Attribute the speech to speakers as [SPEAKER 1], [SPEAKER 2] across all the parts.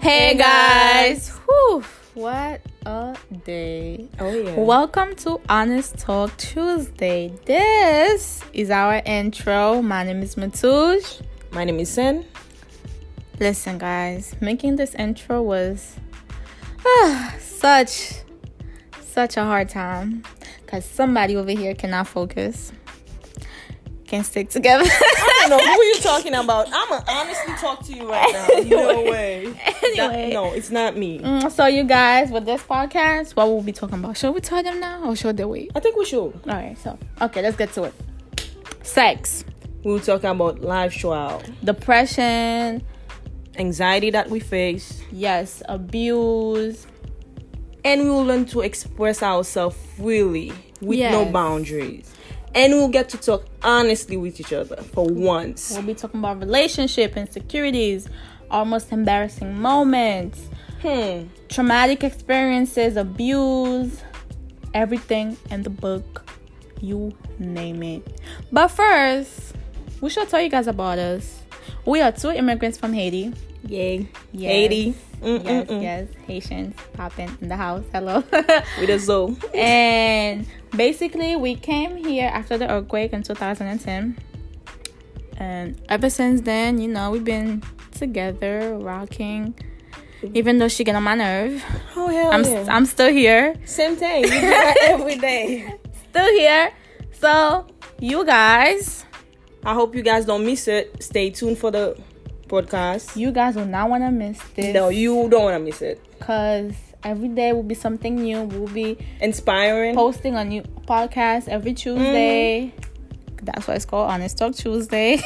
[SPEAKER 1] Hey guys. Whew, what a day.
[SPEAKER 2] Oh yeah.
[SPEAKER 1] Welcome to Honest Talk Tuesday. This is our intro. My name is Matuj.
[SPEAKER 2] My name is Sen.
[SPEAKER 1] Listen, guys, making this intro was ah, such such a hard time because somebody over here cannot focus, can't stick together.
[SPEAKER 2] I don't know who you talking about. I'm gonna honestly talk to you right now. No way. That-
[SPEAKER 1] Anyway.
[SPEAKER 2] no, it's not me.
[SPEAKER 1] Mm, So, you guys, with this podcast, what will we be talking about? Should we tell them now or should they wait?
[SPEAKER 2] I think we should.
[SPEAKER 1] All right, so, okay, let's get to it. Sex,
[SPEAKER 2] We'll talk about life show,
[SPEAKER 1] depression,
[SPEAKER 2] anxiety that we face,
[SPEAKER 1] yes, abuse,
[SPEAKER 2] and we will learn to express ourselves freely with
[SPEAKER 1] Yes.
[SPEAKER 2] no boundaries. And we'll get to talk honestly with each other for once.
[SPEAKER 1] We'll be talking about relationship insecurities, almost embarrassing moments,
[SPEAKER 2] Hmm.
[SPEAKER 1] traumatic experiences, abuse, everything in the book. You name it. But first, we shall tell you guys about us. We are two immigrants from Haiti.
[SPEAKER 2] Yay.
[SPEAKER 1] Yes.
[SPEAKER 2] Haiti.
[SPEAKER 1] Yes,
[SPEAKER 2] Mm-mm-mm.
[SPEAKER 1] yes, Haitians popping in the house. Hello.
[SPEAKER 2] With a zoo.
[SPEAKER 1] and basically, we came here after the earthquake in 2010. And ever since then, you know, we've been together, rocking. Even though she get on my nerve,
[SPEAKER 2] Oh hell
[SPEAKER 1] I'm
[SPEAKER 2] yeah.
[SPEAKER 1] I'm still here,
[SPEAKER 2] Same thing. You do that every day.
[SPEAKER 1] still here. So you guys,
[SPEAKER 2] I hope you guys don't miss it. Stay tuned for the podcast.
[SPEAKER 1] you guys will not wanna miss this.
[SPEAKER 2] No, you don't want to miss it.
[SPEAKER 1] Cause every day will be something new. We'll be
[SPEAKER 2] Inspiring.
[SPEAKER 1] posting a new podcast every
[SPEAKER 2] Mm-hmm.
[SPEAKER 1] Tuesday. That's why it's called Honest Talk Tuesday.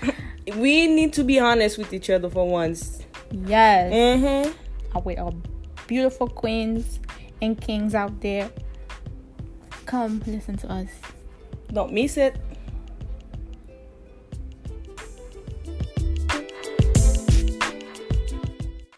[SPEAKER 2] we need to be honest with each other for once.
[SPEAKER 1] yes,
[SPEAKER 2] Mm-hmm.
[SPEAKER 1] I with our beautiful queens and kings out there. Come listen to us.
[SPEAKER 2] Don't miss it.